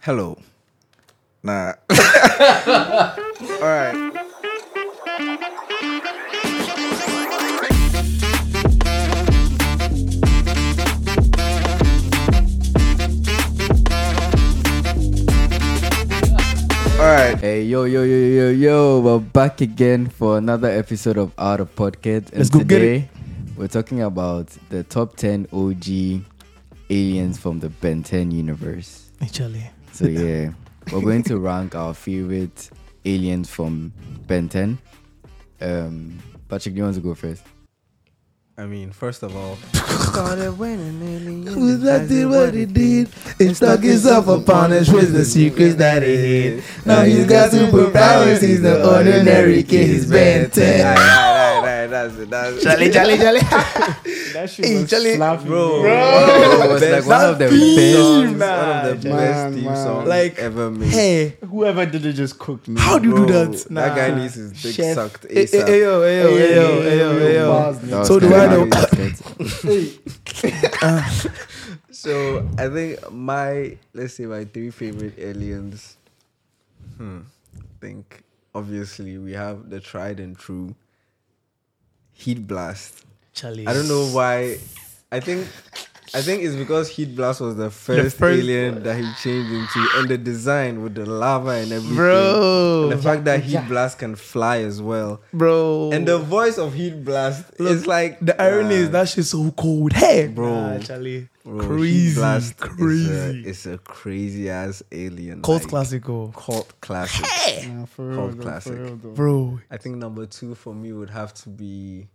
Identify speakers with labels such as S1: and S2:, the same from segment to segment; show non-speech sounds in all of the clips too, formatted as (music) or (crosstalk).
S1: Hello. Nah. (laughs) All right. All right.
S2: Hey yo yo yo yo yo! We're back again for another episode of Out of Pocket. And
S3: Let's go get
S2: today, We're talking about the top ten OG aliens from the Ben 10 universe.
S3: Actually, (laughs)
S2: So yeah, we're going to rank our favorite aliens from Ben 10. Um, Patrick, do you want to go first?
S1: I mean, first of all,
S3: Who's that did what he did? He stuck himself upon us with the secrets that he hid. Now he's got superpowers, he's the ordinary kid, he's Ben 10.
S1: Alright, alright, alright, that's it, that's it.
S3: Jolly, jolly, (laughs) jolly.
S4: That shit
S3: Hey,
S4: was
S3: Jolly.
S4: slapping,
S1: Bro,
S2: It was like one of the best.
S1: songs, one of the
S4: Man,
S1: best theme
S4: man.
S1: songs
S3: Like,
S1: ever made.
S3: Hey,
S4: Whoever did it just cooked me.
S3: how do you do that?
S1: That guy needs his dick
S3: Chef.
S1: sucked
S3: Hey, hey,
S1: ASAP.
S3: hey, yo, hey, yo, hey, yo, hey, yo, hey, yo.
S4: Bars,
S2: That
S4: nigga.
S2: was
S3: So do
S2: kinda
S3: I know-
S2: basket.
S3: (laughs)
S1: So I think my let's say my three favorite aliens. Hmm. I think obviously we have the tried and true Heat Blast.
S3: Charlie.
S1: I don't know why. I think I think it's because Heat Blast was the first,
S3: first
S1: alien that he changed into, and the design with the lava and everything. And
S3: Bro,
S1: the fact that Heat Blast can fly as well,
S3: bro.
S1: and the voice of Heat Blast
S3: Oh. Look,
S1: is like
S3: the irony is
S1: Nah.
S3: that shit's so cold. Hey,
S1: Bro.
S3: Nah, Charlie.
S1: Bro, Heat
S3: Crazy,
S1: Blast is a-
S3: crazy.
S1: It's a, crazy ass alien.
S3: Cult
S1: like,
S3: classical,
S1: Cult classic.
S4: Nah, for
S1: Cult
S4: real, though,
S1: classic.
S4: For real, though.
S3: bro.
S1: I think number two for me would have to be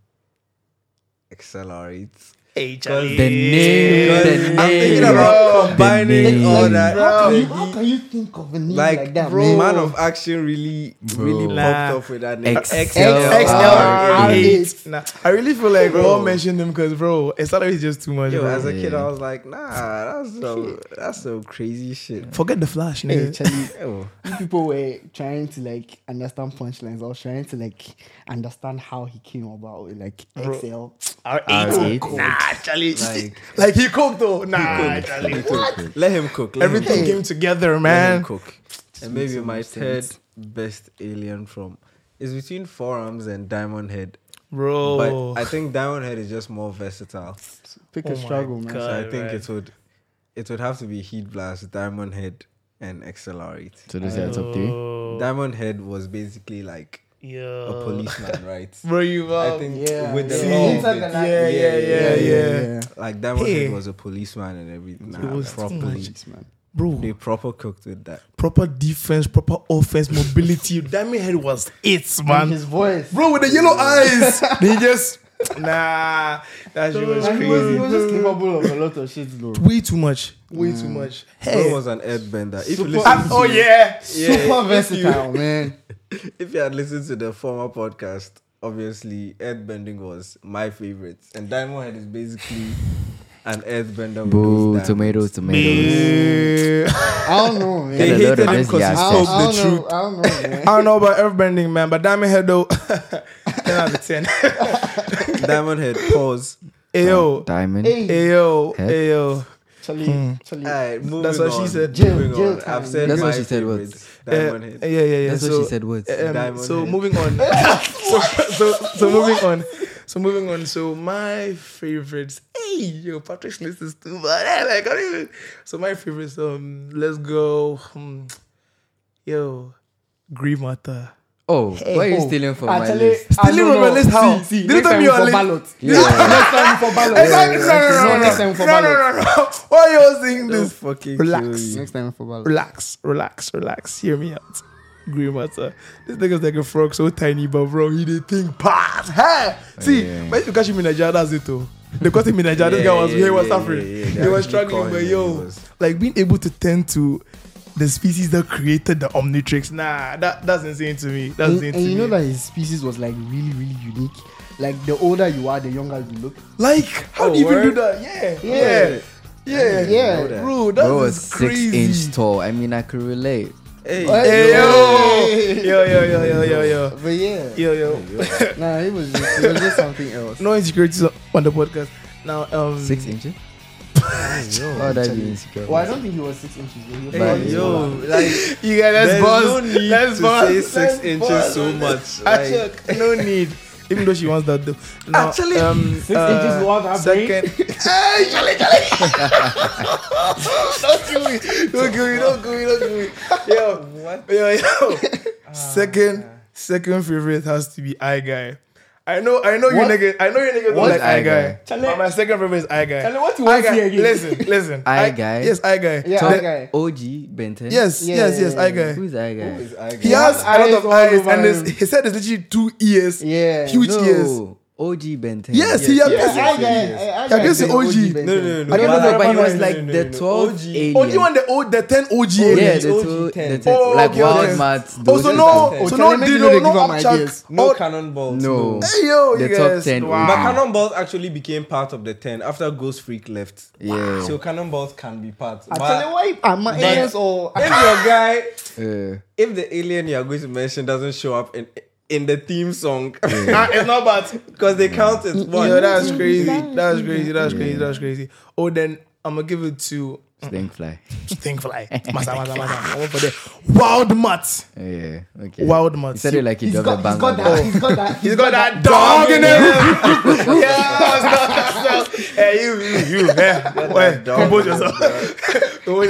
S1: Accelerate.
S3: Hey,
S1: Charlie.
S2: The name,
S1: Because
S2: the
S1: I'm
S2: name,
S1: thinking about
S2: name.
S1: combining all that.
S4: How can,
S1: Like,
S4: you, how can you think of a name like,
S1: like,
S4: that,
S1: bro,
S4: man?
S1: man of action really, really
S2: Bro.
S1: popped
S3: Nah.
S1: off with that name.
S2: XL.
S3: XLR8.
S4: XLR8.
S3: Nah, I really feel like we
S1: Bro.
S3: all mention them because, bro, Estelar is just too much.
S1: Yo,
S3: bro.
S1: as a kid,
S2: Yeah.
S1: I was like, nah, that's so, that's so crazy shit.
S3: Forget the flash,
S4: Hey,
S3: nigga.
S4: Charlie,
S1: Yo.
S4: you people were trying to like understand punchlines. I was trying to like understand how he came about with like
S3: Bro.
S4: XL.
S2: R8.
S3: Nah, Charlie.
S1: Like-
S3: Like, he cooked though. Nah, Charlie. What?
S1: Let him cook. Let him
S3: Everything
S1: cook.
S3: came together,
S1: Let him
S3: man.
S1: cook. And maybe
S4: so
S1: my
S4: much
S1: third
S4: sense.
S1: best alien from is between forearms and diamond head.
S3: Bro.
S1: But I think diamond head is just more versatile.
S4: Pick
S3: Oh
S4: a
S3: my
S4: struggle, man.
S3: God.
S1: So I
S3: Right,
S1: think
S3: right.
S1: it would it would have to be Heat Blast, Diamond Head, and Accelerate.
S2: So those are your top three.
S3: Oh,
S1: Diamond Head was basically like a
S3: Yo.
S1: policeman, right?
S3: Bro, you uh,
S1: I
S3: up.
S1: think
S4: yeah,
S1: with the
S4: yeah.
S1: law,
S4: See?
S1: of it,
S4: Yeah,
S3: yeah, yeah, yeah.
S1: like Diamond
S3: Hey.
S1: Head was a policeman and everything. Nah,
S3: was too
S1: properly,
S3: much.
S4: Man.
S3: Bro,
S1: they proper cooked with that.
S3: proper defense, proper offense, (laughs) mobility. Diamond Head was it,
S4: And
S3: man.
S4: his voice.
S3: Bro, with the yellow eyes. he just. Nah, that shit was
S4: Like, he, was, he was
S3: crazy.
S4: just capable of a lot of shit, though.
S3: Way too much. Way too much.
S1: Bro
S3: Hey.
S1: was an earthbender. If you
S4: Super-
S1: listen,
S3: Ah, oh, yeah.
S1: Yeah, if
S4: Super
S1: you-
S4: versatile, man.
S1: if you had listened to the former podcast, obviously earthbending was my favorite, and Diamond Head is basically an earthbender. with
S2: Boo,
S1: those diamonds.
S2: tomatoes, tomatoes.
S3: Man.
S4: I don't know,
S1: They
S4: man.
S2: Yeah, the
S1: hated
S2: Lord of
S1: him
S2: this
S1: because he
S2: Yazoo.
S1: spoke
S4: I
S1: the
S4: don't
S1: truth.
S4: know. I don't know, man.
S3: I don't know about earthbending, man, but Diamond Head though, (laughs) 10 out
S2: (laughs)
S3: of 10.
S1: Diamond Head, pause.
S3: Ayo,
S2: Oh, Diamond.
S3: (laughs)
S4: Hey.
S3: ayo,
S2: Head?
S3: ayo.
S4: Charlie, Charlie.
S1: Alright, moving
S3: That's what she
S1: on,
S3: said.
S4: Jail-
S1: moving
S4: jail
S1: on.
S4: time.
S1: I've said
S2: That's
S1: my
S2: what she said, what?
S1: favorites.
S3: Uh,
S1: Diamond Head.
S3: yeah, yeah, yeah.
S2: That's
S3: so,
S2: what she said. Words.
S3: um,
S1: Diamond
S3: so
S1: Head.
S2: (laughs)
S3: moving on. so, so, so moving on. So moving on. So my favorites. Hey, yo, Patrick's list is too bad. (laughs) Eh, Like, I don't even- so my favorites. Um, let's go. Hmm. yo, Green Matter.
S2: Oh, why are you
S4: Oh,
S2: stealing from my
S4: actually,
S2: list?
S4: I
S3: Stealing
S4: don't
S3: from my
S4: know.
S3: list, how?
S4: See, see,
S3: Did you
S4: next
S3: tell
S4: time
S3: me your
S4: for
S3: list?
S4: ballot.
S2: Yeah.
S4: Next time for ballot.
S3: Exactly. No, no, no, no,
S4: Next time
S3: no,
S4: for
S3: no,
S4: ballot.
S3: no, no. (laughs) Why are you all saying
S1: Don't
S3: this?
S1: fucking
S3: Relax.
S1: kill me.
S4: Next time for ballot.
S3: relax, relax, relax. Hear me out. Green matter. This nigga's like a frog, so tiny, but bro, he did think past. Hey, see,
S2: Yeah.
S3: but if you catch him in Nigeria, that's it though. They caught him in Nigeria. this guy was
S1: Yeah, yeah,
S3: he was
S1: yeah,
S3: suffering.
S1: yeah, yeah.
S3: He
S1: They
S3: was
S1: actually
S3: struggling,
S1: caught
S3: but
S1: him,
S3: yo,
S1: he was-
S3: like being able to tend to the species that created the Omnitrix. Nah, that that's insane to me. That's
S4: And,
S3: insane.
S4: and
S3: to
S4: you know
S3: me.
S4: that his species was like really, really unique. Like the older you are, the younger you look.
S3: like, how
S1: Oh,
S3: do you even do
S1: word?
S3: that? Yeah,
S4: Yeah.
S3: yeah, yeah,
S4: Yeah.
S1: know that.
S3: Bro, that
S2: Bro was
S3: is
S2: six
S3: crazy.
S2: inch tall. I mean, I could relate.
S1: Hey,
S4: What?
S3: Hey, yo,
S4: Hey.
S3: yo, yo, yo, yo, yo, yo,
S4: But yeah,
S3: yo, yo.
S4: nah, it was just, it was just something else.
S2: Mm.
S3: no insecurities on the podcast. Now, um,
S2: Six inches? How would I be insecure?
S4: Well, I don't think he was six inches. But he was
S2: Hey,
S4: probably
S1: yo,
S4: smaller.
S1: like
S3: You guys, let's
S1: there's
S3: buzz.
S1: no need
S3: let's
S1: to
S3: buzz.
S1: say 6
S3: Let's
S1: inches
S3: buzz.
S1: so much. Like,
S3: Ashok, no need. Even though she wants that though. Now,
S1: Actually,
S3: um,
S4: Six inches is what I'm brain.
S3: Second. Hey, Charlie, Charlie. don't kill me. Don't kill me. Don't kill me. Don't kill me. Yo,
S1: What? Ah.
S3: yo, yo. second, second favorite has to be I guy. I know, I know you
S4: What?
S3: niggas. I know you niggas don't
S2: What's
S3: like I
S2: I
S3: guy.
S4: Guy?
S3: But my second favorite is I guy.
S4: Charlie, what you
S3: I
S4: want
S3: guy.
S4: here again?
S3: Listen, listen.
S2: I guy?
S3: Yes, I guy.
S4: Yeah,
S2: Top
S4: I guy.
S2: OG Benton.
S3: Yes,
S4: Yeah,
S3: yes, yes,
S4: yeah,
S3: I
S4: yeah.
S3: guy.
S2: Who's that guy?
S1: is I
S3: He
S1: guy?
S3: has a lot
S4: eyes
S3: of
S4: all
S3: eyes,
S4: over
S3: and his,
S4: him.
S3: his head is literally two ears.
S4: Yeah.
S3: Huge
S2: no.
S3: ears.
S2: OG Benton.
S3: Yes, he
S1: Yes,
S3: has
S1: yes,
S3: piercing.
S1: yes.
S4: I guess.
S3: I guess the OG.
S1: No, no, no, no.
S2: I don't know,
S1: Why-
S2: but he
S3: no,
S2: was
S3: no,
S2: like
S1: no,
S2: the
S1: no, no.
S2: 12
S1: OG.
S2: alien.
S3: Only one the old, the ten OG
S2: Yeah,
S3: aliens.
S2: the
S1: OG
S2: two,
S1: ten.
S2: the ten,
S3: Oh,
S2: like
S3: okay,
S2: wild
S3: okay.
S2: mats.
S3: Oh, so
S2: those
S3: no,
S1: ten.
S3: so
S4: Oh,
S3: no
S4: Charlie, maybe
S3: Dino,
S4: they
S3: no
S4: give him
S3: Upchuck.
S4: ideas.
S1: No
S3: Oh,
S1: cannonballs.
S2: No.
S3: hey yo,
S2: The
S3: you
S2: top
S3: guys.
S2: 10
S1: But
S2: Ah.
S1: cannonballs actually became part of the 10 after Ghost Freak left.
S2: Yeah.
S1: So cannonballs can be part.
S4: Actually,
S1: But
S4: why am I aliens
S3: oh,
S4: or
S1: if your guy,
S2: Uh,
S1: if the alien you are going to mention doesn't show up in in the theme song, (laughs)
S3: Nah, it's not bad.
S1: because they count as one.
S3: Yo, that's crazy. That's crazy. That's crazy. That's crazy. Oh, then I'm gonna give it to
S2: stink fly.
S3: (laughs) Stinkfly. Masa, masa, masa. I want for the Wild Mutt.
S2: Yeah. Okay.
S3: Wild Mutt.
S2: He said it like he
S4: he's
S2: dropped a
S4: got, he's
S2: bang.
S4: got that,
S2: (laughs)
S4: he's got that,
S3: He's got (laughs) that dog in him. (laughs) yeah, Hey, you, you, you, yeah. Wait,
S1: dog
S3: compose
S1: in him,
S3: yourself. compose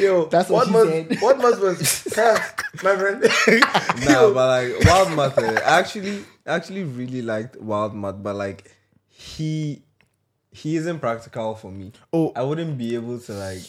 S1: (laughs)
S3: Yo,
S4: That's what she
S3: must, (laughs)
S4: said.
S3: What must was, my friend? (laughs)
S1: Nah, but like Wild Mutt, eh, I actually actually really liked Wild Mutt, but like he he isn't practical for me.
S3: Oh.
S1: I wouldn't be able to like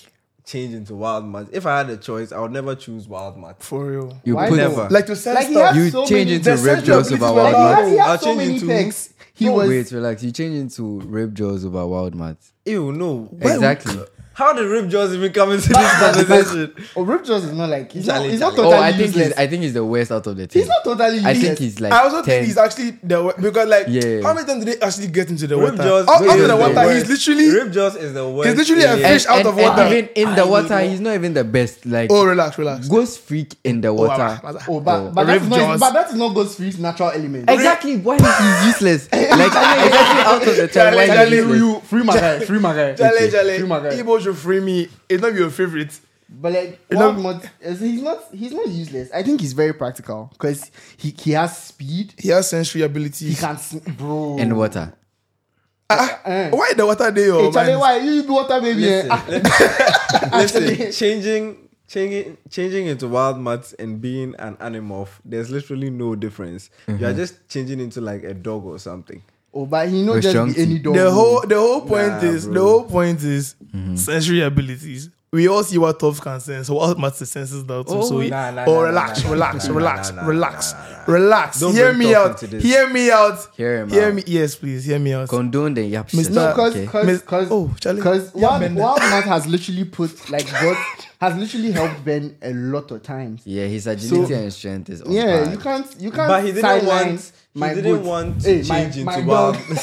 S1: change into Wild Mutt. If I had a choice, I would never choose Wild Mutt.
S3: For real.
S2: You
S4: Why
S2: put
S4: never?
S1: Never.
S3: Like to sell
S4: Like, he
S3: stuff.
S4: has-
S2: You
S4: so
S2: change
S4: many-
S2: into
S3: the
S2: Rip Jaws
S3: sensibility
S2: over
S3: was
S2: Wild
S4: like, he
S2: Mat.
S4: has, he has
S1: I'll
S4: so
S1: change
S4: many
S1: into-
S4: pecs. He was
S2: Wait, relax. You change into Rip Jaws over Wild Mat.
S1: Ew, no. Why would-
S2: Exactly.
S1: How did Rip Jaws even come into
S3: (laughs)
S1: this conversation?
S4: Oh, Rip Jaws is not like he's not,
S1: Charlie,
S4: he's not
S1: Charlie.
S4: totally
S2: Oh, I think
S4: useless.
S2: he's. I think he's the worst out of the team.
S4: he's not totally
S2: I
S4: useless.
S2: think he's like.
S3: I also
S2: 10.
S3: think he's actually the wa- because like
S2: Yeah.
S3: how many times did they actually get into the
S1: Rip
S3: water?
S1: Jaws
S3: Out- out
S1: is
S3: of the
S1: the
S3: oh, water,
S1: worst.
S3: he's literally.
S1: Rip Jaws is the worst.
S3: He's literally a
S1: alien.
S2: and,
S3: fish out
S2: and-
S3: of
S2: and
S3: water.
S2: even in the water, he's not even the best. Like
S3: Oh, relax, relax.
S2: ghost freak in the
S3: Oh,
S2: water.
S3: masa, masa.
S4: Oh, but
S2: Oh,
S4: but that's
S3: Rip
S4: not
S3: Jaws.
S4: but that's not God's free natural element.
S2: Exactly why he's useless. Like exactly out of the time.
S3: Charlie,
S2: Why he's
S3: Charlie,
S4: you,
S2: useless.
S4: you free my guy, free my guy,
S3: Jale,
S4: free my
S3: Jale,
S4: guy.
S3: Igbo should free me. It's not your favorite.
S4: But like,
S3: You know-
S4: Wild Mutt, is- he's not he's not useless. I think he's very practical because he he has speed.
S3: He has sensory
S4: He
S3: abilities.
S4: can sm- bro.
S2: And water.
S4: Eh.
S3: ah. Why the water oh, day or
S4: Hey, Charlie, why you do water, baby?
S1: Listen,
S4: Ah,
S1: Listen,
S4: Actually-
S1: changing, changing, changing into wild mutts and being an animorph, there's literally no difference. You are
S3: Mm-hmm.
S1: just changing into like a dog or something.
S4: Oh, but he not
S2: With
S4: just
S2: Shanti.
S4: be any dog.
S3: the whole the whole point
S1: Nah,
S3: is the
S1: bro. Mm-hmm.
S3: whole point is sensory abilities. We all see what Toph can sense, what Master senses now too. so we,
S1: nah, nah,
S3: oh,
S1: nah,
S3: relax,
S1: nah, nah,
S3: relax,
S1: nah, nah,
S3: relax,
S1: nah, nah, nah,
S3: relax,
S1: nah, nah,
S3: relax.
S1: Don't
S3: Hear
S1: bring
S3: me
S1: Toph
S3: out.
S1: into this.
S3: Hear me out.
S2: Hear him out.
S3: me. Yes, please. Hear me out.
S2: Condone the yap shit.
S4: No, cause,
S2: okay?
S4: cause,
S3: Miss-
S4: cause,
S3: oh, Charlie.
S4: cause
S3: Yeah,
S4: Wild,
S3: Ben.
S4: Wild Mutt has literally put like God has literally helped Ben a lot of times.
S2: Yeah, his agility
S4: So-
S2: and strength is on
S4: Yeah,
S2: par.
S4: you can't, you can't.
S1: But he didn't
S4: sideline
S1: want. He
S4: my
S1: didn't
S4: goat.
S1: want to
S4: Hey, my-
S1: change
S4: my
S1: into (laughs)
S4: dog.
S1: wild.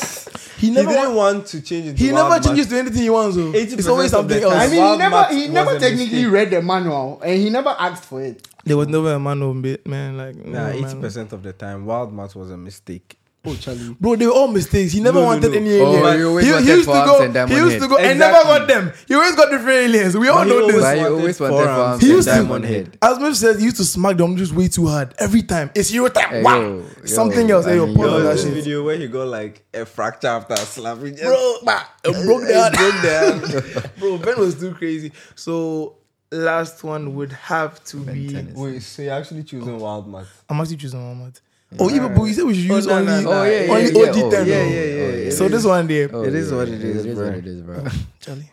S3: He
S1: he
S3: never
S1: didn't want to change into
S3: He
S1: wild.
S3: never
S1: Mutt.
S3: changes to anything he wants. Though.
S1: 80%
S3: It's always
S1: of the
S3: something
S1: time.
S4: I
S3: else.
S4: mean, he
S1: Wild
S4: never,
S1: Mutt
S4: he
S1: was
S4: never
S1: a
S4: technically
S1: mistake.
S4: read the manual, and he never asked for it.
S3: There was never a man on bit, man. Like
S1: Nah,
S3: no, man.
S1: eighty percent of the time, wild mutt was a mistake.
S4: Oh, Charlie.
S3: Bro, they were all mistakes. He never
S1: No, no,
S3: wanted
S1: no.
S3: any
S1: Oh,
S3: alien.
S1: he
S2: always
S3: he,
S2: wanted
S3: used to
S2: forearms
S3: go.
S2: and diamond
S3: He used
S2: head.
S3: to go and never
S1: Exactly.
S3: got them. He always got different aliens. We all
S1: But he
S3: know this.
S1: always-
S2: Why you always
S1: wanted
S2: wanted
S1: forearms.
S2: forearms
S3: He
S2: and
S3: used to-
S2: diamond head.
S3: As much says, he used to smack the just way too hard every time. It's your time.
S2: Hey,
S3: wow.
S2: yo, yo,
S3: Something else.
S2: I
S3: Hey, yo,
S2: mean,
S3: pause
S2: yo,
S1: There
S3: on that
S1: was this
S3: shit.
S1: video where he got like a fracture after a slap. He just
S3: Bro, bah, it broke
S1: it
S3: down.
S1: broke down.
S3: (laughs) Bro, Ben was too crazy. So, last one would have to be.
S2: Tennis.
S1: Wait, so you're actually choosing wild mutt?
S3: I'm actually choosing Muhammad. Oh, even but you said we should
S1: Oh,
S3: use
S1: nah,
S3: only,
S1: nah, nah.
S2: Oh yeah, yeah,
S3: only
S2: yeah,
S3: OG
S2: oh,
S3: ten.
S2: yeah,
S3: though.
S2: yeah, yeah, yeah.
S3: So this one there,
S2: Oh,
S1: It is
S2: yeah,
S1: what it
S2: yeah,
S1: is,
S2: It is
S1: bro.
S2: what it is, bro.
S3: Charlie.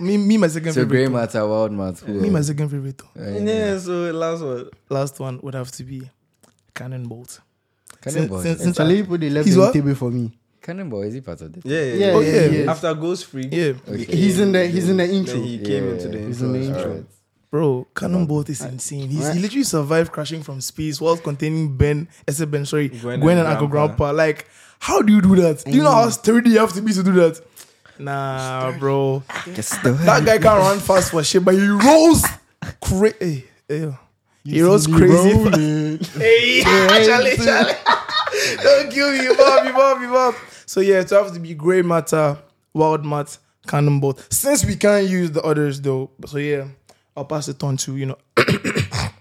S3: Me, me, my second
S2: So
S3: favorite.
S2: gray matter, wild matter.
S3: Me, my second favorite. Though.
S1: Yeah. so last one.
S3: Last one would have to be Cannonbolt.
S2: Cannonball.
S3: Since-
S2: Since,
S3: since-
S4: Charlie put the
S3: He's
S4: left
S3: what?
S4: on the table for me.
S2: Cannonball is he part of this?
S1: Yeah, yeah.
S4: Yeah,
S3: Oh,
S4: yeah,
S3: yeah.
S4: yeah.
S1: After Ghost Freak,
S3: Yeah,
S2: Okay.
S4: He's in the he's in the intro.
S1: then he came
S2: Yeah.
S1: into the
S4: He's in
S1: intro.
S4: the
S1: as well.
S4: intro.
S3: bro, Cannonbolt is insane. He's, he literally survived crashing from space whilst containing Ben, except Ben, sorry, Gwen,
S1: Gwen
S3: and
S1: and
S3: Uncle Grandpa. Mm.
S1: Grandpa.
S3: Like, how do you do that? Do you know how sturdy you have to be to do that? Nah, bro,
S2: Ah.
S3: that guy can run fast for shit, but he rolls crazy. He rolls crazy. fa- Hey, (laughs) Charlie, Charlie. (laughs) Don't kill me, Bob, you Bob, you Bob. So yeah, so have to be Grey Matter, Wild Mutt, canon both. Since we can't use the others though, so yeah, I'll pass it on to you know.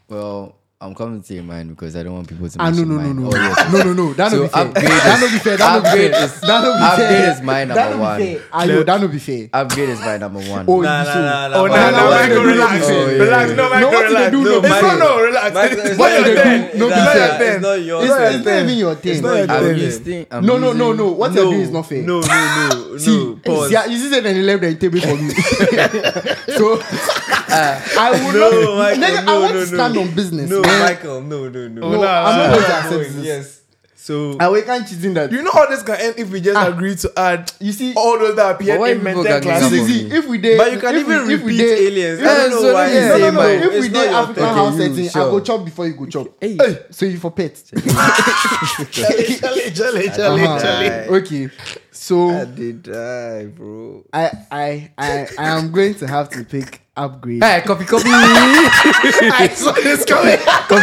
S2: Well, I'm coming to your mind because I don't want people to.
S4: (laughs) Ah, no,
S2: mention
S4: no, no,
S2: mine.
S4: no.
S2: Oh,
S4: (laughs)
S2: yes.
S4: No, no, no. That
S2: So
S4: no be fair.
S2: upgrade
S4: That
S2: is-
S4: no be fair. That no be
S2: upgrade
S4: fair.
S2: is-
S4: That no be fair.
S2: upgrade is my
S4: That
S2: number
S4: no be
S2: one.
S4: fair. Ayo, that no be fair.
S2: Upgrade is my number one.
S4: Oh,
S1: Nah,
S4: you
S1: nah,
S4: so-
S1: nah, nah,
S3: Oh,
S1: but-
S3: no, no,
S1: but-
S3: Michael,
S1: but-
S3: relax.
S2: Oh, yeah.
S3: Relax, no, Michael,
S4: No, what did they
S3: relax. No,
S4: do? No,
S3: it's not,
S1: Michael-
S3: no, relax.
S1: Michael-
S3: It's
S1: it's
S3: not
S1: not
S3: your
S1: your
S3: thing.
S4: thing. No,
S3: It's not your
S4: it's not-
S3: thing.
S1: it's not your
S4: It's
S1: thing.
S4: not-
S1: It's
S4: it's not even your
S3: It's not
S4: thing.
S3: your
S2: I'm
S3: thing.
S2: using. I'm
S4: No, no, no,
S2: using-
S4: no. What you're
S1: no,
S4: doing is not fair.
S1: No, no, no, no.
S4: See,
S1: Pause.
S4: yeah, you see, said and he left the table for me. (laughs)
S3: (laughs)
S4: so I would
S1: No, Michael,
S4: not. Nigga, I
S1: no,
S4: want
S1: no,
S4: to stand
S1: no.
S4: on business.
S1: No,
S4: man.
S1: Michael, no, no, no.
S3: nah, nah,
S4: no, I'm not
S3: nah.
S4: going to
S1: I'm
S4: accept
S1: going,
S4: this.
S1: Yes. So
S4: I we can't cheat in that.
S3: You know how this can end if we just agree to add
S4: You see,
S3: all those that
S2: Ah. But
S3: appear
S2: why
S3: in
S2: people
S3: mental
S2: gagging
S4: see, see,
S2: someone?
S3: classes.
S4: see, if we did,
S1: But you can
S4: if we,
S1: even
S4: if we
S1: repeat
S4: did,
S1: aliens.
S2: Yeah,
S1: I don't
S2: so
S1: know why
S2: let
S1: you
S2: me
S4: No,
S1: say
S2: say
S4: no, no,
S2: mine.
S1: mine.
S4: If
S1: It's
S4: we
S1: not
S4: did
S1: your
S4: African
S1: thing.
S4: house
S2: you
S4: setting, I go
S2: sure?
S4: chop before you go chop.
S2: Hey.
S4: Hey, so you for pet.
S3: Charlie, Charlie, Charlie,
S4: Uh-huh.
S3: Charlie, Charlie.
S4: Okay,
S1: I
S4: so
S1: did die, bro.
S4: I, I, I, I am going to have to pick upgrade.
S2: Hey, copy, copy.
S3: I saw this coming. I saw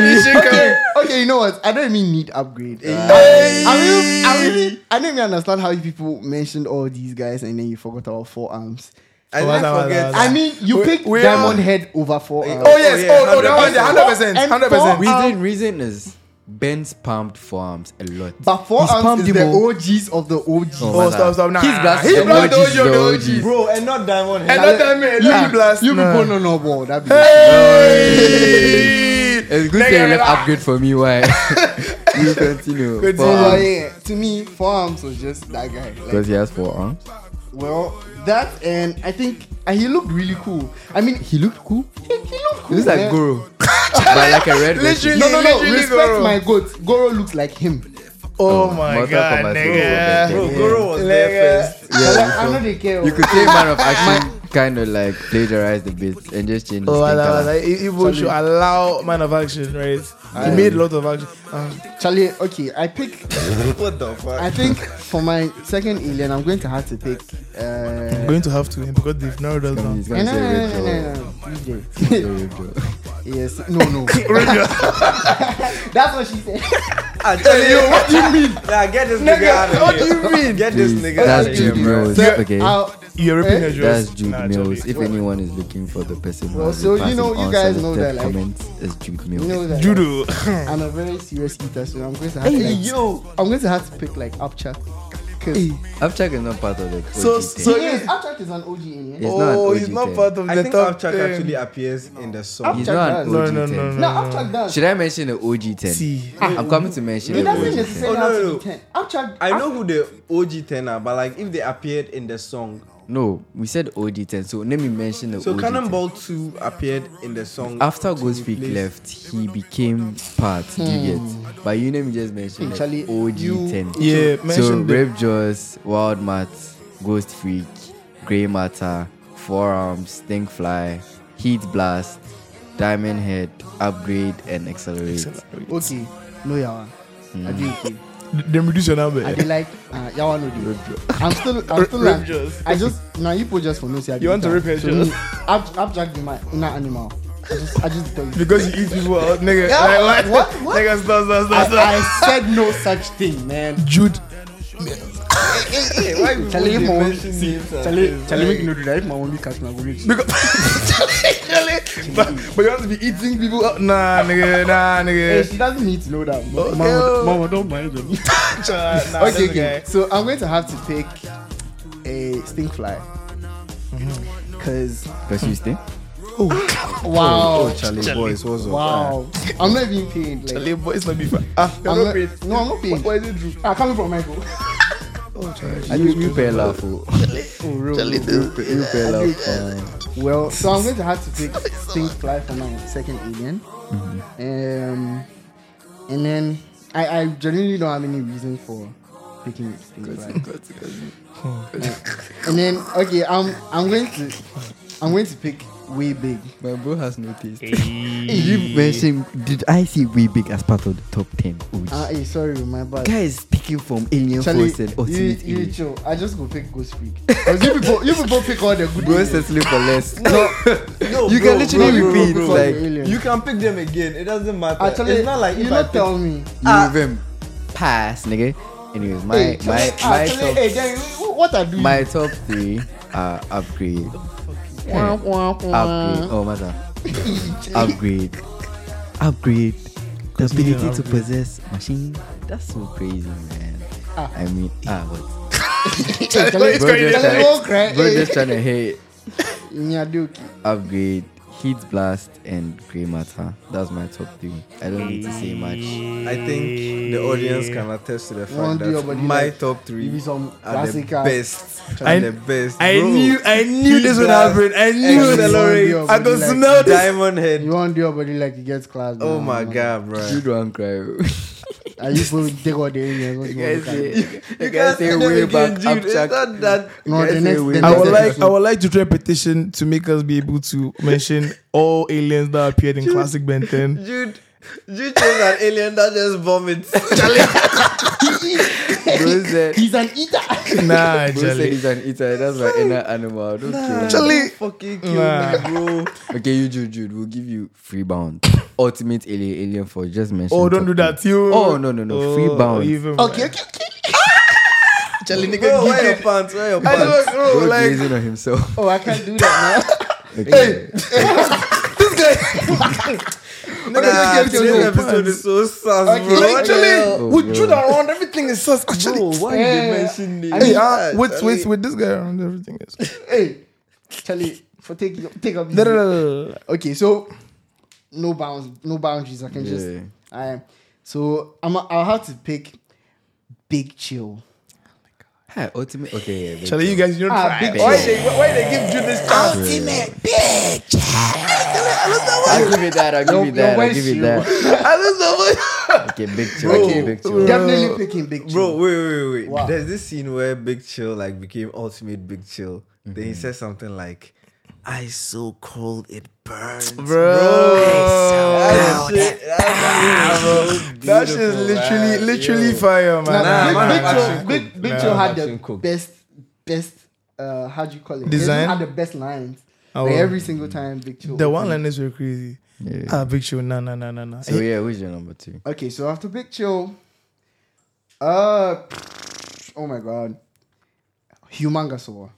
S3: this shit coming.
S4: Okay, you know what? I don't even need upgrade. I really, I really, I don't even understand how you people mentioned all these guys and then you forgot about four arms.
S1: I
S3: Wala, wala,
S1: forget.
S3: wala.
S4: I mean, you
S3: We-
S4: picked
S3: we
S4: Diamond
S3: are-
S4: Head over four arms.
S3: Oh yes,
S1: yeah,
S3: oh, oh that one, hundred percent,
S4: And
S3: hundred
S4: four-
S3: percent.
S2: Reason, reason is Ben's pumped forearms a lot.
S4: But four
S2: He's
S4: arms
S2: pumped
S4: is
S2: him
S4: the
S2: all.
S4: OGs of the OGs.
S2: Oh,
S3: Oh, stop, stop, nah.
S2: He's blasting
S3: He's
S2: the
S3: blasting
S2: OGs,
S3: the
S2: the
S3: OGs.
S2: OGs.
S1: Bro, and not diamond
S3: And
S1: head.
S3: that time, man,
S4: Nah,
S3: let me blast.
S4: You
S3: nah.
S4: people no no ball. That be
S3: Hey!
S2: It's good
S3: Nigga,
S2: thing you left
S3: relax.
S2: upgrade for me. Why? we continue.
S3: Continue.
S4: Oh,
S2: Forearms.
S4: yeah. To me, forearms was just that guy. Like,
S2: Because he has four arms.
S4: well, that and I think and he looked really cool. I mean, he looked cool. He, he looked cool.
S2: This is like
S4: man.
S2: Goro, but like a red version.
S3: Literally,
S4: No, no, no.
S3: literally,
S4: Respect
S3: Goro.
S4: my goat. Goro looks like him.
S3: Oh my
S2: Mortal
S3: god,
S2: Kombat
S3: nigga.
S2: was
S1: Bro,
S2: Yeah.
S1: Goro was there
S3: Nigga.
S1: first.
S4: Yeah, I, I know they care.
S2: You could say man of action kind of like plagiarize the bit and just change. his
S3: Oh,
S2: skin
S3: Allah,
S2: color.
S3: Allah. Evil should allow man of action, right? He made a lot of action. Uh,
S4: Charlie, okay, I pick.
S1: (laughs) What the fuck?
S4: I think for my second alien, I'm going to have to pick.
S3: I'm
S4: Uh,
S3: going to have to because they've narrowed us down. (laughs)
S2: He's
S4: no,
S2: gonna
S4: no,
S2: say
S4: no, no,
S2: Rachel.
S4: no, no, DJ. yes, no, no. That's what she said.
S1: Actually, yo, what do you mean? (laughs) Nah, get this nigga out of here.
S3: what do you mean?
S1: Get this
S2: Please,
S1: nigga
S2: That's
S1: out of here,
S2: Jude
S1: bro.
S2: Mills.
S3: So,
S2: Okay.
S4: I'll-
S3: European
S4: Eh?
S3: address.
S2: That's Jude
S3: Nah,
S2: Mills.
S3: Charlie.
S2: If anyone is looking for the person,
S4: Well, so you know- you guys know that, like-
S2: comments is Jude Mills.
S4: you know that
S3: Judo.
S4: I'm a very serious eater, so I'm going to have to. Like,
S1: yo.
S4: I'm going to have to pick like Upchuck. Cause
S2: Upchuck is not part of the.
S3: So-
S2: OG
S3: so-
S2: thing.
S4: so yes, Upchuck is an OG alien.
S2: He's not
S3: Oh,
S2: OG
S3: he's not
S2: ten.
S3: part of
S1: I
S3: the
S1: think
S3: top
S1: Upchuck
S3: ten.
S1: actually appears in the song.
S2: he's not
S4: Upchuck
S2: an
S4: does.
S3: No,
S2: OG
S3: no,
S2: ten.
S3: no,
S4: No, Upchuck does.
S2: Should I mention the OG ten?
S3: See,
S2: I'm coming to mention
S4: It
S2: the
S4: doesn't
S2: OG ten.
S4: necessarily
S1: Oh, no,
S4: have to
S1: no.
S4: be ten. Upchuck.
S1: I know who the OG ten are, but like if they appeared in the song,
S2: No, we said OG ten. So let me mention the
S1: so
S2: OG ten.
S1: Cannonball Two appeared in the song.
S2: After
S1: to
S2: Ghost Freak
S1: replace-
S2: left, he became part. Do you get? But you name just mentioned
S4: Actually,
S2: like OG
S4: you-
S2: ten.
S3: yeah,
S2: So
S3: mention the
S2: Rave Jaws, Wild Mats, Ghost Freak, Grey Matter, Forearms, Stinkfly, Heat Blast, Diamond Head, Upgrade, and Accelerate.
S4: Okay, no yawa. I do okay.
S3: Then reduce your number.
S4: I be like uh, yawa no dey. I'm still I'm still
S3: Rip
S4: like,
S3: jaws.
S4: I just now you put just for no say I be
S3: You want to
S4: eater.
S3: rip your
S4: So
S3: jaws?
S4: me, Up Upchuck be my inner animal. I just I just tell
S1: (laughs)
S4: you.
S3: Because you eat people out, nigga.
S4: Yeah,
S3: Like, what?
S4: what? What?
S3: Nigga, stop, stop, stop, stop.
S4: I, I said no such thing, man.
S3: Jude.
S1: Hey, why people
S4: Charlie,
S1: they
S4: if my only,
S1: mention
S4: see,
S1: names and
S4: Charlie,
S1: things?
S4: Charlie, make you know that if my only catch na go reach.
S3: Because. but, but you want to be eating people out? Nah, nigga, nah,
S4: Hey,
S3: nigga.
S4: she doesn't need to know that. Mama,
S3: Okay. oh.
S4: mama, mama, don't
S3: (laughs)
S4: mind (laughs) them.
S3: nah, that's
S4: okay, okay. So I'm going to have to pick a stink fly.
S3: Mm-hmm.
S4: Cause
S2: Because you stink?
S3: Oh,
S4: wow,
S1: Charlie, boys, what's up?
S4: wow, I'm not being paid. Like,
S3: Charlie, boy, it's not beef. Ah, you're
S4: I'm
S3: not paid.
S4: No, I'm not paid.
S3: Why is it Oh, true?
S4: I coming from Michael.
S2: You, you pay laugh. oh.
S4: Oh, real.
S2: You pay- you pay laugh. uh,
S4: Well, so I'm going to have to
S1: (laughs)
S4: pick Stink Fly for my second alien.
S1: Mm-hmm.
S4: Um, and then I, I genuinely don't have any reason for picking Stink Fly. Uh, and then okay, I'm I'm going to I'm going to pick Way Big.
S2: My bro has no taste. you mentioned, did I see Wee Big as part of the top 10? OG?
S4: Ah, hey, sorry, my bad.
S2: Guy is picking from Alien
S4: Charlie,
S2: Force and
S4: you,
S2: Ultimate
S4: you
S2: Alien.
S4: chill. I just go pick Ghost Freak. 'Cause you people, you people pick all the good.
S2: Bro,
S4: aliens.
S2: settling for less.
S1: No,
S2: (laughs)
S1: bro,
S2: You can literally
S1: bro, bro,
S2: repeat,
S1: bro,
S4: pick
S1: bro.
S4: all the
S2: like,
S4: aliens.
S1: You can pick them again. It doesn't matter.
S4: actually,
S1: it's not like
S4: you
S1: if I
S4: don't
S1: pick
S4: tell me.
S2: You
S1: Ah.
S2: even uh, pass, nigga. Anyways, my
S4: Hey,
S2: my
S4: Charlie,
S2: my
S4: actually,
S2: top
S4: hey, then, what are you doing?
S2: my top three uh, upgrade.
S3: Uh.
S2: Upgrade. Oh, mother. upgrade. Upgrade. The
S3: Continue
S2: ability to
S3: upgrade.
S2: possess machine. That's so crazy, man.
S4: Ah.
S2: I mean, ah, what?
S4: Tell me-
S3: It's crazy.
S4: tell me what cry-
S2: Bro,
S4: eh, (laughs)
S2: just trying to hate.
S4: Nyaduki.
S2: Upgrade. Heat blast and grey matter. That's my top three. I don't need to say much.
S1: I think the audience can attest to the fact
S4: One do your
S1: that
S4: body
S1: my
S4: like-
S1: top three
S4: give me some
S1: are the
S4: classical-
S1: best.
S3: I-
S1: Are the best.
S3: I
S1: bro.
S3: knew, I knew
S1: He
S3: this would
S1: does
S3: happen. I knew it.
S4: accelerate.
S3: I could
S4: Like-
S3: smell this.
S1: Diamond
S4: You
S1: Head.
S4: won't do your body like it gets class.
S1: Oh
S4: man.
S1: my god,
S2: (laughs) You
S1: bro.
S2: don't cry. bro.
S4: Are you going to take all the areas? What do you want to look at?
S2: You guys say way back up check.
S4: No, the next, the
S3: I
S4: next
S3: would like I
S4: episode.
S3: would like to try a petition to make us be able to mention all aliens that appeared in classic Ben (laughs) 10.
S1: Jude,
S3: (laughs)
S1: Jude chose an alien that just vomits.
S2: Bro said,
S4: He's an eater.
S3: Nah,
S2: bro said
S3: Charlie.
S2: he's an eater. That's my inner animal. I don't care.
S3: (laughs) Charlie.
S1: fucking kill
S3: Nah.
S1: me, bro.
S2: Okay, you Jude, Jude, we'll give you free (laughs) bound. Ultimate alien alien for just mention.
S3: Oh, don't do
S2: top
S3: that. You.
S2: Oh, no, no, no.
S3: Oh,
S2: Free bounce.
S3: even
S4: okay, okay,
S3: worse.
S4: okay.
S3: Charlie,
S1: Bro,
S3: nigga,
S1: wear your
S3: geek it.
S1: pants. Wear your
S3: I
S1: pants.
S3: don't
S2: three.
S3: know,
S2: Bro
S3: like,
S2: blazing on himself.
S4: Oh, I can't do that now.
S2: (laughs) Okay.
S1: Nah,
S3: Nah,
S1: today's
S3: Charlie,
S1: episode is so sus,
S4: Okay,
S1: bro.
S4: like,
S1: What the hell?
S3: Actually,
S2: Oh,
S3: we
S2: bro.
S3: drew that around. Everything is sus. Actually,
S1: Why you
S4: Yeah.
S1: mention this?
S3: hey,
S1: Yeah,
S3: uh, with,
S1: Charlie.
S3: with, with this guy around, everything is.
S4: hey, Charlie, for take take up.
S3: Da, da, da, da, da.
S4: Okay, so no bounds, no boundaries. I can just.
S2: Yeah.
S4: I so I'm. I'll have to pick big chill.
S2: Hi, ultimate. Okay, yeah,
S3: Charlie, you guys, you don't
S4: Ah,
S3: try.
S4: big
S3: Why
S4: show.
S3: they, why they give you this chance?
S4: Ultimate big chill.
S2: I'll give you that. I'll give
S4: Your-
S2: you that.
S4: your
S2: I'll give you that.
S4: wish,
S3: (laughs) I don't know. why-
S2: Okay, big chill. Okay, big chill.
S4: Definitely picking big chill.
S1: Bro, wait, wait, wait.
S4: Wow.
S1: There's this scene where Big Chill like became ultimate Big Chill. Then he says something like, "I so cold it burns, That shit,
S3: That shit is literally, literally fire,
S4: Nah,
S1: Ah,
S3: man.
S1: Nah,
S4: big,
S1: man,
S4: big,
S1: I'm
S4: Joe,
S1: actually
S4: big,
S1: cooked.
S4: big
S1: Nah,
S4: Joe
S1: I'm
S4: had the
S1: actually cooked.
S4: best, best. Uh, how do you call it? He
S3: Design?
S4: had the best lines.
S3: Oh,
S4: like
S3: wow.
S4: every single time, Big Joe.
S3: The one
S4: opened.
S3: line is very crazy.
S2: Yeah.
S3: Ah, Big Show, nah, nah, nah, nah, nah.
S2: So yeah, who's your number two?
S4: Okay, so after Big Chill, uh, oh my god, Humongousaur.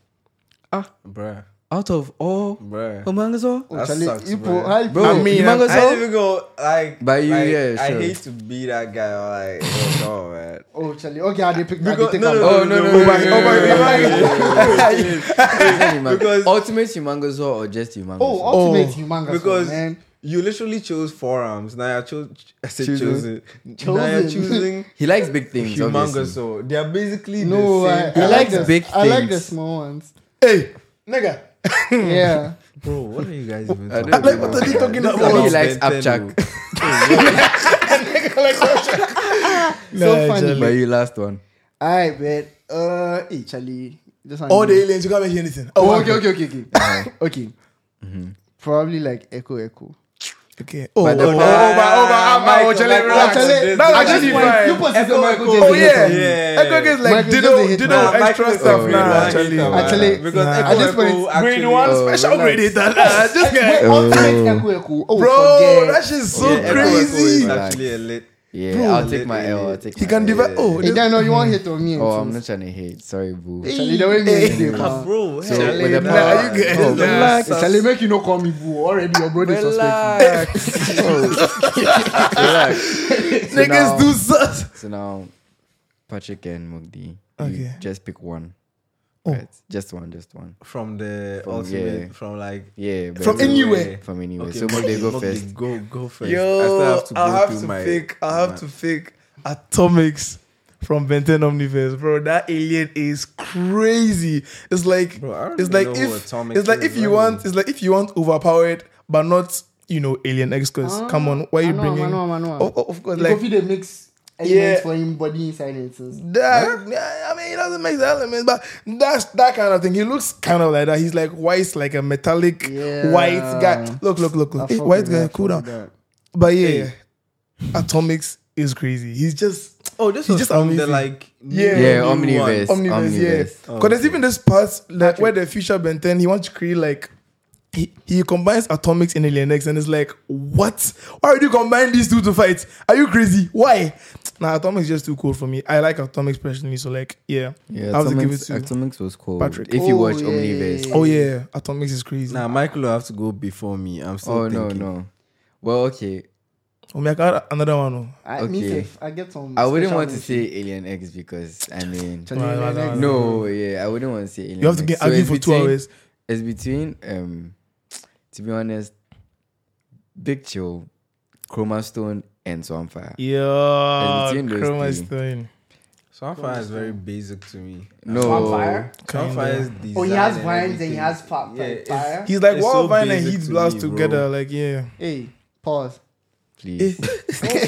S1: bruh,
S2: Out of all,
S1: bruh."
S2: Omangazo.
S4: Oh,
S1: That
S4: Charlie,
S1: sucks,
S4: you
S1: bro.
S4: po- how you
S2: Bro,
S4: po-
S2: I mean, I'm-
S1: I didn't even go like.
S2: But you-
S1: like,
S2: yeah,
S1: I
S2: sure.
S1: hate to be that guy. I'm Like, oh no, man.
S4: oh Charlie, okay, I did pick. I did
S1: Because,
S4: take
S1: no,
S4: out-
S1: no,
S2: Oh, no, no,
S1: go
S2: no,
S1: back,
S2: no,
S1: go
S2: no,
S1: back,
S2: no,
S1: go
S2: no,
S1: back. Because-
S2: because ultimate humangosaur or just humangosaur?
S4: Oh, ultimate Humongousaur,
S1: because-
S4: man.
S1: You literally chose forearms. Now you chose. I said
S2: Choosing.
S1: chosen. Now you're
S4: Chosen.
S1: choosing
S2: he likes big things. obviously.
S1: humongous. They are basically
S4: No,
S1: the
S4: I,
S1: same.
S4: I like
S2: likes
S4: the
S2: big
S4: I like the
S2: things.
S4: small ones.
S3: Hey, nigga.
S4: Yeah,
S1: Bro, what are you guys even talking
S2: I don't
S1: about?
S2: know. Like, what are
S3: you talking
S1: This is
S3: about?
S1: about
S2: He likes
S1: Ben 10,
S2: Upchuck.
S4: so
S3: Nah,
S4: funny.
S2: But you last one.
S4: I bet. Uh, hey Charlie, this one.
S3: All the aliens, you can't mention anything.
S4: Oh, okay, okay, okay, okay. (coughs) okay. Probably like Echo Echo.
S3: Okay. Oh,
S2: But
S3: but
S2: the-
S3: (laughs) oh, oh, but- oh, but-
S1: Ah, Michael,
S3: oh, Charlie,
S1: Michael,
S3: relax.
S1: Charlie,
S3: Now
S1: at
S3: I just
S1: this
S3: define-
S1: point,
S4: you put
S1: Echo,
S4: Michael
S1: Echo.
S4: Jackson.
S3: Oh yeah,
S1: Yeah.
S3: I think it's like
S4: Michael Jackson
S3: Dido,
S4: hit
S3: Dido
S4: man.
S1: Nah, Michael
S3: extra
S1: is
S3: stuff.
S2: a
S1: grade
S3: Nah,
S1: one
S3: Charlie,
S1: hater,
S4: man. Actually,
S1: because
S3: nah.
S1: Echo
S4: At this
S1: Echo
S4: point,
S1: actually- uh,
S3: grade one
S2: Oh,
S3: special
S2: relax.
S3: grade hater. Nah, This
S4: Wait,
S3: guy,
S4: ultimate Echo Echo. Oh,
S3: bro,
S4: forget.
S3: that shit's so
S2: Yeah,
S1: Echo, Echo is
S3: crazy.
S2: Nah.
S1: actually a lit.
S2: Yeah,
S3: Bro,
S2: I'll take my
S1: literally.
S2: L. I'll take
S3: He
S2: my
S3: can
S2: L.
S3: divide. Oh,
S4: Hey,
S3: the-
S4: Dan, no, you won't hit on me. eh? and
S2: Oh, I'm not
S4: things.
S2: trying to hate. Sorry, boo.
S4: Charlie, the way me
S3: Hey.
S4: and you dey,
S1: Ah,
S4: man.
S1: bro,
S2: So,
S1: Charlie,
S2: with the
S1: nah.
S2: power-
S3: Nah, you guys,
S2: Oh,
S3: nah.
S1: relax.
S4: Hey, Charlie, make you no call me boo already. Your bro dey suspect.
S2: Relax. Relax. So now-
S3: niggas do sus.
S2: So now, Patrick and Mugdi, you
S3: Okay.
S2: just pick one.
S3: Oh.
S2: Right? Just one, just one.
S1: From the
S2: From,
S1: ultimate,
S2: yeah.
S1: from like
S2: Yeah. but-
S3: From anywhere.
S2: From anywhere.
S1: Okay,
S2: so Mugdi, go
S1: Mowgli,
S2: first.
S1: Go, go first. I
S3: Yo,
S1: still have to go
S3: I'll have
S1: through
S3: to
S1: my.
S3: pick. I'll
S1: my-
S3: have to pick Atomics from Ben 10 Omniverse, bro. That alien is crazy. It's like
S1: Bro, I don't
S3: it's
S1: even
S3: like
S1: know who
S3: if
S1: Atomic
S3: it's like
S1: is.
S3: if you
S1: Let me-
S3: want it's like if you want overpowered but not you know alien experts.
S4: Ah,
S3: Come on, why
S4: I
S3: you
S4: know,
S3: bringing?
S4: I know, I know.
S3: Of- of- of course,
S4: You go
S3: like
S4: fit dey mix elements
S3: Yeah.
S4: for him body inside and things.
S3: That, I mean, he doesn't make the elements, but that's that kind of thing. He looks kind of like that. He's like white, like a metallic
S4: Yeah.
S3: white guy. Look, look, look,
S4: I
S3: look. Hey,
S4: fuck
S3: white
S4: with
S3: guy,
S4: that,
S3: cool
S4: fuck
S3: down.
S4: with that.
S3: But yeah, Atomics is crazy. He's just
S1: Oh, this
S3: He
S1: was
S3: just
S1: from the
S3: amazing.
S1: like.
S3: Yeah.
S1: new
S2: Yeah,
S1: one.
S2: Omniverse.
S3: Omniverse, yeah. Oh,
S2: Omniverse.
S3: Because there's even this part like, where the future Ben 10, he wants to create like he, he combines atomics in Alien X and it's like, what? Why would you combine these two to fight? Are you crazy? Why? Nah, atomics is just too cool for me. I like atomics personally, so like, yeah,
S2: Yeah,
S3: I have to give it
S2: Atomics,
S3: to
S2: Atomics was cool.
S3: Patrick.
S2: If you
S4: Oh,
S2: watch
S4: yeah,
S2: Omniverse.
S4: yeah,
S3: Oh yeah, atomics is crazy.
S1: Nah, Michael will have to go before me. I'm still
S2: Oh, no,
S1: thinking.
S2: no. Well, okay.
S3: Oh, me, I got another one. oh.
S4: I, me
S2: Okay.
S4: too. I get some.
S2: I wouldn't
S4: special
S2: want to
S4: mention.
S2: say Alien X because, I mean.
S3: No,
S4: Chani
S3: no,
S4: Alien
S3: no,
S4: X.
S2: No, yeah, I wouldn't want to say Alien
S3: You have to
S2: X.
S3: get
S2: So
S3: argue
S2: it's
S3: for two
S2: between-
S3: hours.
S2: It's between, um, to be honest, Big Chill, Chroma Stone, and Swampfire.
S3: Yeah,
S2: between those
S3: Chroma
S2: three.
S3: Stone.
S1: Sunfire is very basic to me.
S2: No.
S4: Vampire?
S1: Sunfire is design
S4: Oh, he has
S1: and
S4: vines and
S1: everything.
S4: he has pop.
S1: Yeah,
S4: like,
S1: it's-
S4: fire.
S3: He's like
S1: It's
S3: Wild
S1: so
S3: Vine and
S1: basic
S3: Heat
S1: to
S3: Blast
S1: me, bro.
S3: together. Like yeah,
S4: Hey, pause.
S2: Please.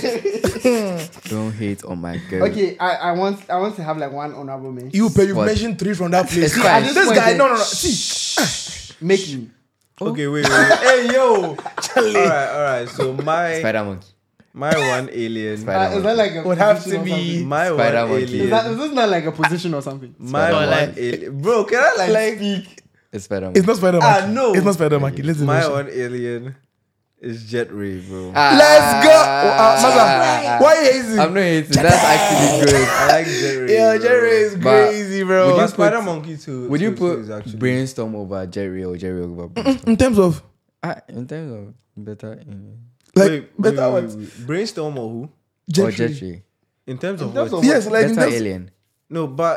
S2: (laughs) Don't hate on my girl.
S4: Okay, I, I want I want to have like one honorable mention.
S3: you pay. You
S2: What?
S3: mentioned three from
S2: (laughs)
S3: that place.
S2: It's
S3: See,
S2: fine.
S3: and
S4: At
S3: This
S4: this
S3: guy,
S4: point,
S3: no, no, no.
S4: eh,
S3: See,
S4: make me.
S2: Oh.
S1: Okay, wait, wait.
S2: (laughs)
S1: wait.
S3: hey
S1: all
S3: yo,
S1: right, all right. So my
S2: Spider Monkey.
S1: my one alien,
S2: Spider-
S4: Uh, is that like a
S3: Would have
S4: position
S3: to
S4: or
S3: be-
S4: something?
S1: my one
S2: Spider monkey.
S4: Is,
S1: alien,
S4: that, is this not like a position or something?
S1: my
S2: Spider
S1: one
S2: monkey.
S1: alien. Bro, can I like,
S3: Like-
S1: speak?
S2: It's Spider
S3: it's
S2: Monkey.
S3: not Spider
S1: Ah,
S3: Man.
S1: no.
S3: it's not Spider Man. Listen,
S1: My
S3: listen.
S1: one alien is Jet Ray, bro.
S2: Ah.
S3: Let's go. Oh,
S1: Ah.
S3: uh, Maza, why is it?
S2: I'm not hating. That's actually good.
S1: I like Jet Ray.
S3: Yeah,
S1: bro.
S3: Jerry is
S2: But
S3: crazy, bro.
S1: But
S2: you
S1: Spider
S2: put-
S1: Monkey too.
S2: Would you
S1: too- too
S2: put
S1: is actually-
S2: brainstorm over Jerry or Jerry over (laughs) brainstorm?
S3: in terms of
S2: ah, in terms of better mm,
S3: like
S1: Wait, wait,
S3: better
S1: wait,
S3: ones,
S1: wait, wait. Brainstorm or who?
S2: or
S3: Jetri.
S2: Jerry,
S1: In terms of
S4: terms
S1: what?
S4: of-
S3: Yes, like in
S2: Oh, better
S3: terms,
S2: alien.
S1: no, but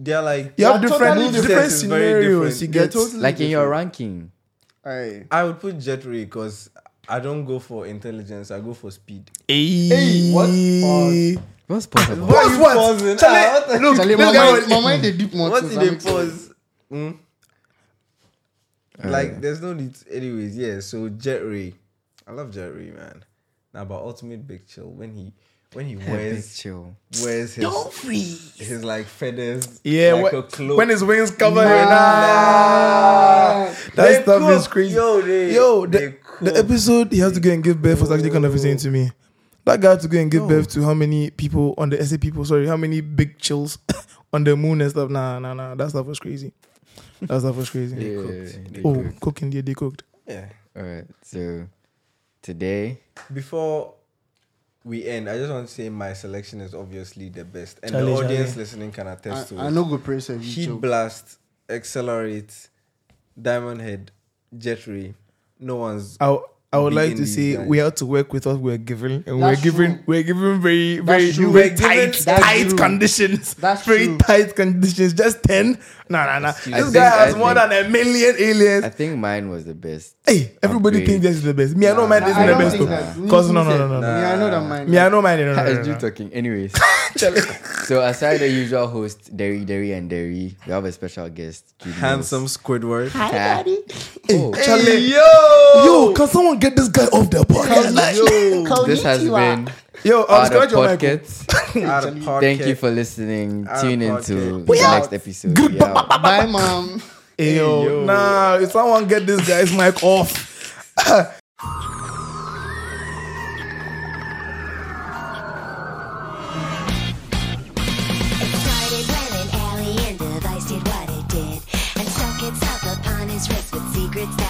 S1: they're like
S3: you have
S4: They are
S3: different
S4: totally
S3: different,
S1: different. It's very
S3: scenarios.
S1: different.
S3: You
S4: They're
S3: get
S4: totally
S2: Like in your ranking,
S4: Aye.
S1: I would put Jet Ray because I don't go for intelligence. I go for speed.
S4: Hey, what?
S2: what's possible?
S1: Why are
S3: What's
S1: you
S3: what?
S1: pausing?
S3: Charlie,
S1: Ah, what the-
S3: look,
S4: Charlie,
S3: this
S4: my
S3: guy
S4: mind,
S3: was-
S4: my mind, they deep more.
S1: What
S4: so
S1: did
S4: that
S1: they
S4: makes sense.
S1: pause? Hmm? Like, there's no need. Anyways, yeah. So Jet Ray, I love Jet Ray, man. Now, but Ultimate Big Chill when he when he
S2: Big
S1: wears
S2: chill.
S1: wears his his like feathers,
S3: Yeah,
S1: like
S3: wha-
S1: a cloak.
S3: when his wings covered in
S1: Nah.
S3: nah.
S1: They
S3: That stuff
S1: cook.
S3: is crazy.
S1: Yo, they-
S3: Yo, the,
S1: they cook.
S3: the episode he has to go and give birth was actually kind of insane to me. That guy had to go and give birth to how many people on the SA people, sorry, how many big chills (laughs) on the moon and stuff. Nah, nah, nah. That stuff was crazy. That stuff was crazy.
S2: Yeah, they
S3: oh,
S2: cooked.
S3: cooking, yeah, they cooked.
S1: yeah.
S2: All right, so today,
S1: Before we end, I just want to say my selection is obviously the best, and
S3: Charlie,
S1: the audience
S3: Charlie.
S1: listening can attest to
S4: I, I
S1: it.
S4: know good praise of you.
S1: Heat
S4: Joe.
S1: blast, accelerate, diamond head, jet ray. No one's
S3: I, I would like
S1: Beating
S3: to
S1: these
S3: say
S1: guys.
S3: we had to work with what we're given, and
S4: That's
S3: we're given
S4: true.
S3: we're given very very
S4: That's true.
S3: very
S1: We're given-
S3: tight
S4: that's
S3: tight
S4: true.
S3: conditions.
S4: That's
S3: very
S4: true.
S3: tight conditions. Just ten. Nah, nah, nah.
S1: Excuse
S3: this
S2: me.
S3: guy
S2: I
S3: has
S2: think-
S3: more
S2: I
S3: than a million aliens.
S2: I think mine was the best.
S3: hey, everybody
S2: Upgrade.
S3: thinks this is the best. Me, I know mine
S4: I,
S3: isn't
S4: I
S3: the
S4: don't
S3: best.
S4: think
S3: though.
S4: that. Me
S3: Cause no,
S4: too
S3: no,
S4: said-
S3: no, no, no.
S4: Yeah, I know that mine.
S3: Me, I know mine. No, no,
S2: Ah,
S3: no,
S2: It's you
S3: no, no.
S2: talking,
S3: (laughs)
S2: anyways. (laughs) so aside the usual host, Derry, Derry, and Derry, we have a special guest, Kid Mills.
S1: handsome Squidward.
S2: Ah. Oh,
S3: Charlie,
S1: yo,
S3: yo, can someone get this guy off the podcast? Like,
S4: Yo,
S2: this has been
S3: yo, I'll
S2: out of
S3: scratch Oh, your mic. Ah,
S2: pockets.
S1: Out of
S2: Thank you
S1: pocket.
S2: for listening.
S1: Out of
S2: Tune in
S1: pocket.
S2: to the
S4: We out.
S2: next episode. We out.
S4: Bye, mom.
S3: Hey, yo,
S1: yo.
S3: nah, if someone get this guy's mic off.
S5: Excited when an alien device did what it did and stuck itself upon his wrist with secrets that